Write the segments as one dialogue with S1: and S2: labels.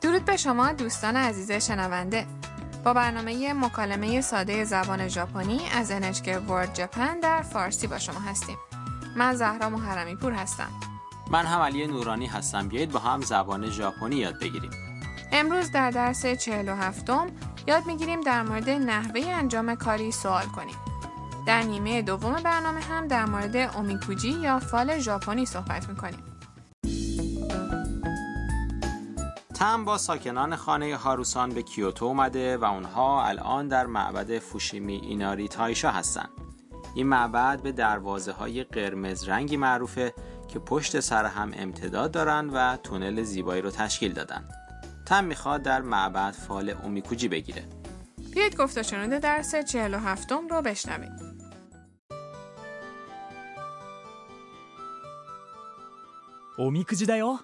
S1: درود به شما دوستان عزیز شنونده با برنامه مکالمه ساده زبان ژاپنی از NHK World Japan در فارسی با شما هستیم من زهرا محرمی پور هستم
S2: من هم علی نورانی هستم بیایید با هم زبان ژاپنی یاد بگیریم
S1: امروز در درس 47 م یاد میگیریم در مورد نحوه انجام کاری سوال کنیم در نیمه دوم برنامه هم در مورد اومیکوجی یا فال ژاپنی صحبت میکنیم
S2: تم با ساکنان خانه هاروسان به کیوتو اومده و اونها الان در معبد فوشیمی ایناری تایشا هستند. این معبد به دروازه های قرمز رنگی معروفه که پشت سر هم امتداد دارن و تونل زیبایی رو تشکیل دادن. تم میخواد در معبد فال اومیکوجی بگیره.
S1: بیایید گفت و شنود درس 47 م رو بشنویم
S3: 「おみくじだよ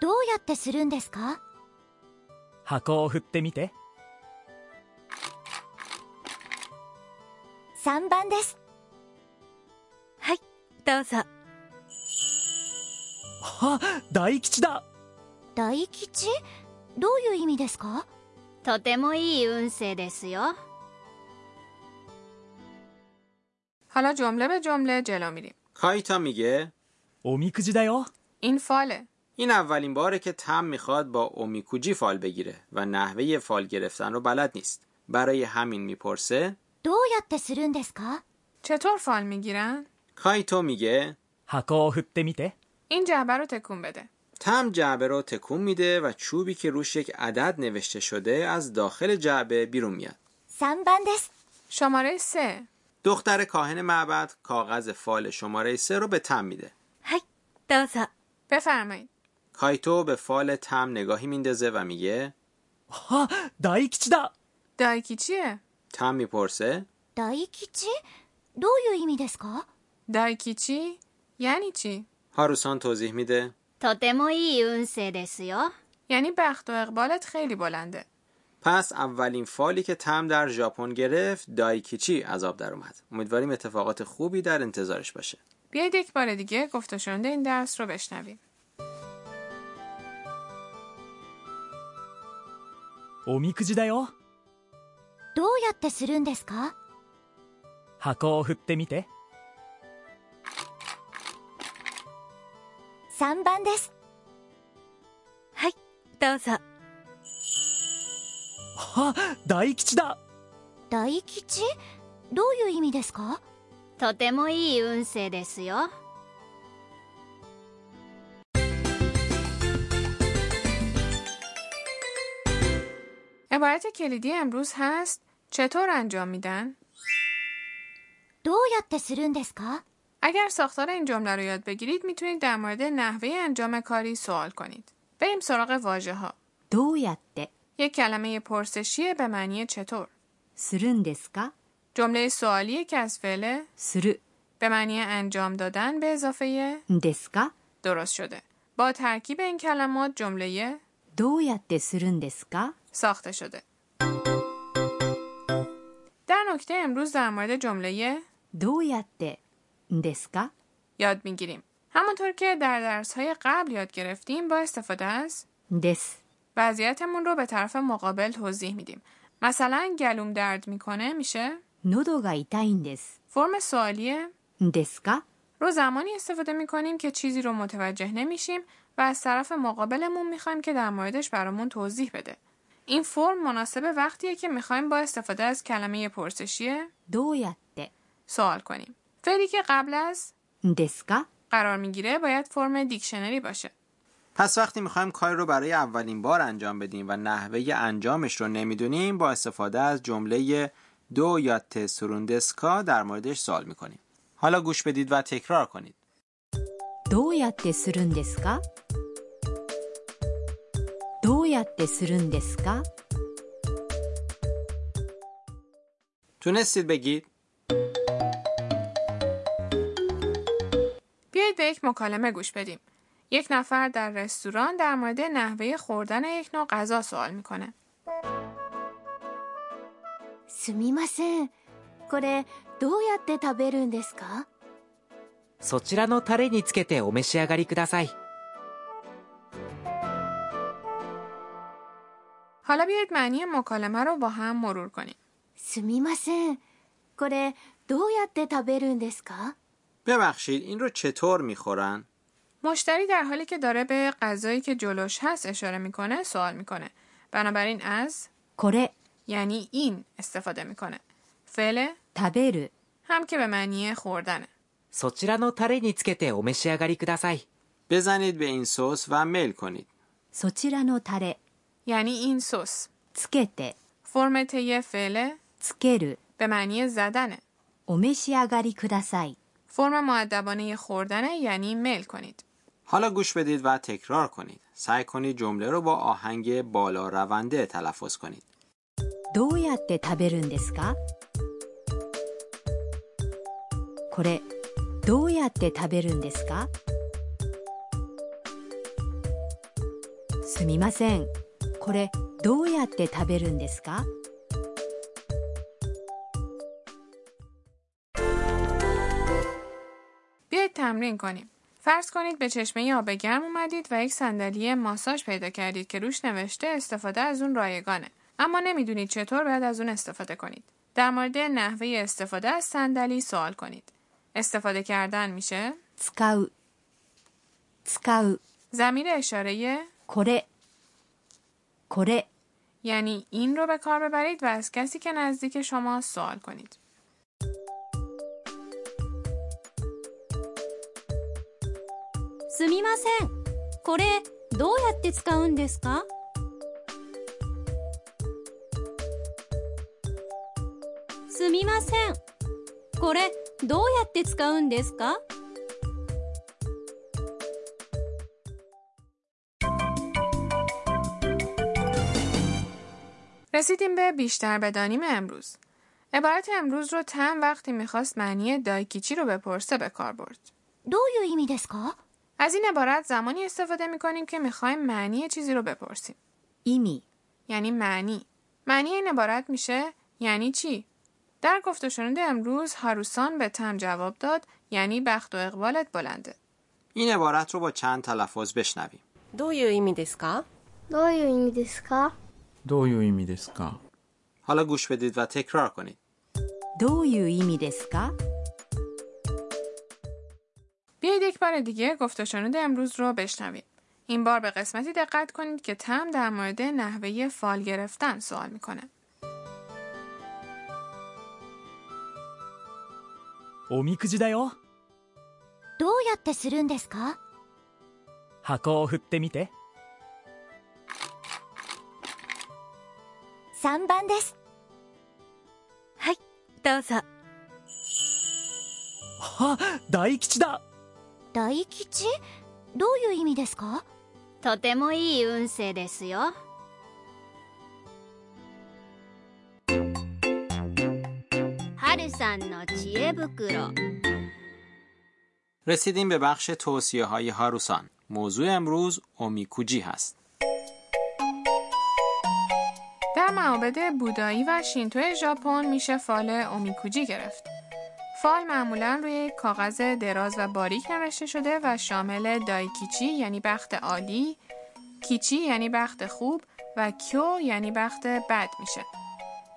S4: どうやってするんですか
S3: 箱を振ってみて
S4: 3番ですはいどうぞ
S3: はあ大吉だ
S4: 大吉どういう意味ですか
S5: とてもいい運勢ですよ
S1: حالا جمله به جمله جلو میریم
S2: کایتا میگه
S3: おみくじだよ
S1: این فاله
S2: این اولین باره که تم میخواد با اومیکوجی فال بگیره و نحوه فال گرفتن رو بلد نیست. برای همین میپرسه
S4: どうやってするんですか
S1: چطور فال میگیرن؟
S2: کایتو میگه
S3: 箱を振ってみて
S1: این جعبه رو تکون بده
S2: تم جعبه رو تکون میده و چوبی که روش یک عدد نوشته شده از داخل جعبه بیرون میاد.
S4: 3番です
S1: شماره سه
S2: دختر کاهن معبد کاغذ فال شماره سه رو به تم میده.
S4: はいどうぞ
S1: بفرمایید
S2: کایتو به فال تم نگاهی میندازه و میگه
S3: はあ大吉だ
S1: دایکی چیه؟
S2: تم میپرسه
S4: 大吉どういう意味ですか
S1: دایکی چی؟ یعنی چی؟
S2: هاروسان توضیح میده
S5: とてもいい運勢ですよ
S1: یعنی بخت و اقبالت خیلی بلنده
S2: پس اولین فالی که تم در ژاپن گرفت دایکیچی از آب در اومد امیدواریم اتفاقات خوبی در انتظارش باشه
S1: بیایید یک بار دیگه گفت و شنود این درس رو بشنویم
S3: おみくじだよ
S4: どうやってするんですか
S3: 箱を振ってみて
S4: 3番ですはいどうぞ
S3: はあ大吉だ
S4: 大吉どういう意味ですか
S5: とてもいい運勢ですよ
S1: عبارت کلیدی امروز هست چطور انجام میدن؟
S4: どうやってするんですか
S1: اگر ساختار این جمله رو یاد بگیرید میتونید در مورد نحوه انجام کاری سوال کنید. بریم سراغ واژه ها.
S6: どうやって
S1: یک کلمه پرسشیه به معنی چطور.
S6: するんですか
S1: جمله سوالیه که از فعل
S6: する
S1: به معنی انجام دادن به اضافه
S6: んですか
S1: درست شده. با ترکیب این کلمات جمله
S6: どうやってするんですか
S1: ساخته شده. در نکته امروز در مورد جمله
S6: どうやってんですか
S1: یاد میگیریم. همونطور که در درس های قبل یاد گرفتیم با استفاده از
S6: です。
S1: وضعیتمون رو به طرف مقابل توضیح میدیم. مثلا گلوم درد میکنه میشه
S6: 喉が痛いんです。
S1: فرم سوالیه
S6: んですか
S1: رو زمانی استفاده میکنیم که چیزی رو متوجه نمیشیم و از طرف مقابلمون میخوایم که در موردش برامون توضیح بده. این فرم مناسب وقتیه که میخوایم با استفاده از کلمه پرسشیه
S6: どうやって。
S1: سوال کنیم. فعلی که قبل از
S6: んですか
S1: قرار میگیره باید فرم دیکشنری باشه.
S2: پس وقتی میخوایم کاری رو برای اولین بار انجام بدیم و نحوه انجامش رو نمیدونیم با استفاده از جمله دو یا ت سروندسکا در موردش سوال میکنیم حالا گوش بدید و تکرار کنید
S6: どうやってするんですかどうやってするんですか
S2: تونستید بگید
S1: بیایید به یک مکالمه گوش بدیم. یک نفر در رستوران در مورد نحوه خوردن یک نوع غذا سوال میکنه.
S4: すみませんこれどうやって食べるんですか
S7: そちらのタレにつけてお召し上がりください
S1: حالا بیایید معنی مکالمه رو با هم مرور کنیم.
S4: すみませんこれどうやって食べるんですか
S2: ببخشید این رو چطور میخورن؟
S1: مشتری در حالی که داره به غذایی که جلوش هست اشاره میکنه سوال میکنه. بنابراین از
S6: これ
S1: یعنی این استفاده میکنه. فعل
S6: 食べる
S1: هم که به معنی خوردنه.
S7: そちらのタレにつけてお召し上がりください
S2: بزنید به این سس و میل کنید.
S6: そちらのタレ
S1: یعنی این سس.
S6: つけて
S1: فرم طی فعل
S6: つける
S1: به معنی زدنه.
S6: お召し上がりください
S1: فرم معدبانه خوردنه یعنی میل کنید.
S2: حالا گوش بدید و تکرار کنید. سعی کنید جمله رو با آهنگ بالا رونده تلفظ کنید.
S6: どうやって食べるんですかこれどうやって食べるんですかすみませんこれどうやって食べるんですか
S1: بیایید تمرین کنیم. فرض کنید به چشمه آب گرم اومدید و یک صندلی ماساژ پیدا کردید که روش نوشته استفاده از اون رایگانه. اما نمیدونید چطور باید از اون استفاده کنید. در مورد نحوه استفاده از صندلی سوال کنید. استفاده کردن میشه
S6: 使う使う
S1: زمیر اشاره
S6: これこれ
S1: یعنی این رو به کار ببرید و از کسی که نزدیک شما سوال کنید.
S4: すみませんこれどうやって使うんですか
S1: رسیدیم به بیشتر بدانیم امروز. عبارت امروز رو تم وقتی میخواست معنی دایکیچی رو بپرسه به کار برد.
S4: どういう意味ですか
S1: از این عبارت زمانی استفاده میکنیم که میخوایم معنی چیزی رو بپرسیم.
S6: 意味
S1: یعنی معنی. معنی این عبارت میشه یعنی چی؟ در گفت و شنود امروز هاروسان به تم جواب داد یعنی بخت و اقبالت بلنده.
S2: این عبارت رو با چند تلفظ بشنویم.
S8: どういう意味ですか
S9: どういう意味ですか
S10: どういう意味ですか
S2: حالا گوش بدید و تکرار کنید.
S6: どういう意味ですか
S1: بیایید یک بار دیگه گفت و شنود امروز رو بشنویم. این بار به قسمتی دقت کنید که تم در مورد نحوه فال گرفتن سوال میکنه.
S3: おみくじだよ
S4: どうやってするんですか
S3: 箱を振ってみて
S4: 3番ですはいどうぞ
S3: あ大吉だ
S4: 大吉どういう意味ですか
S5: とてもいい運勢ですよ春さんの知恵袋
S2: رسیدیم به بخش توصیه های هاروسان. موضوع امروز اومیکوجی هست.
S1: در معابد بودایی و شینتو ژاپن میشه فال اومیکوجی گرفت. فال معمولا روی کاغذ دراز و باریک نوشته شده و شامل دایکیچی یعنی بخت عالی، کیچی یعنی بخت خوب و کیو یعنی بخت بد میشه.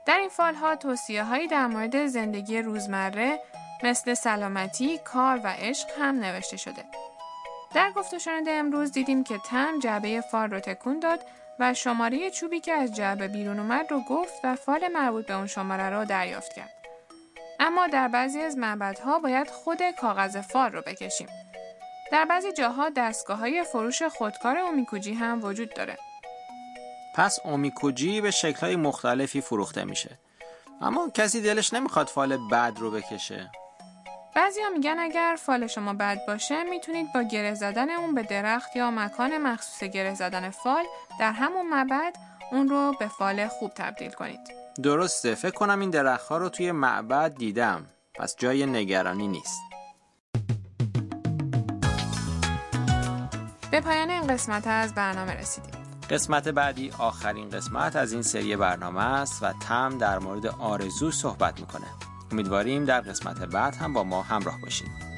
S1: در این فال ها توصیه هایی در مورد زندگی روزمره مثل سلامتی، کار و عشق هم نوشته شده. در گفت و شنود امروز دیدیم که تم جعبه فال رو تکون داد و شماره چوبی که از جعبه بیرون اومد رو گفت و فال مربوط به اون شماره رو دریافت کرد. اما در بعضی از معبدها باید خود کاغذ فال رو بکشیم. در بعضی جاها دستگاه های فروش خودکار اومیکوجی هم وجود داره.
S2: پس اومیکوجی به شکلهای مختلفی فروخته میشه. اما کسی دلش نمیخواد فال بد رو بکشه.
S1: بعضیا میگن اگر فال شما بد باشه میتونید با گره زدن اون به درخت یا مکان مخصوص گره زدن فال در همون معبد اون رو به فال خوب تبدیل کنید.
S2: درسته فکر کنم این درختها رو توی معبد دیدم. پس جای نگرانی نیست.
S1: به پایان این قسمت از برنامه رسیدیم.
S2: قسمت بعدی آخرین قسمت از این سری برنامه است و تم در مورد آرزو صحبت میکنه امیدواریم در قسمت بعد هم با ما همراه باشید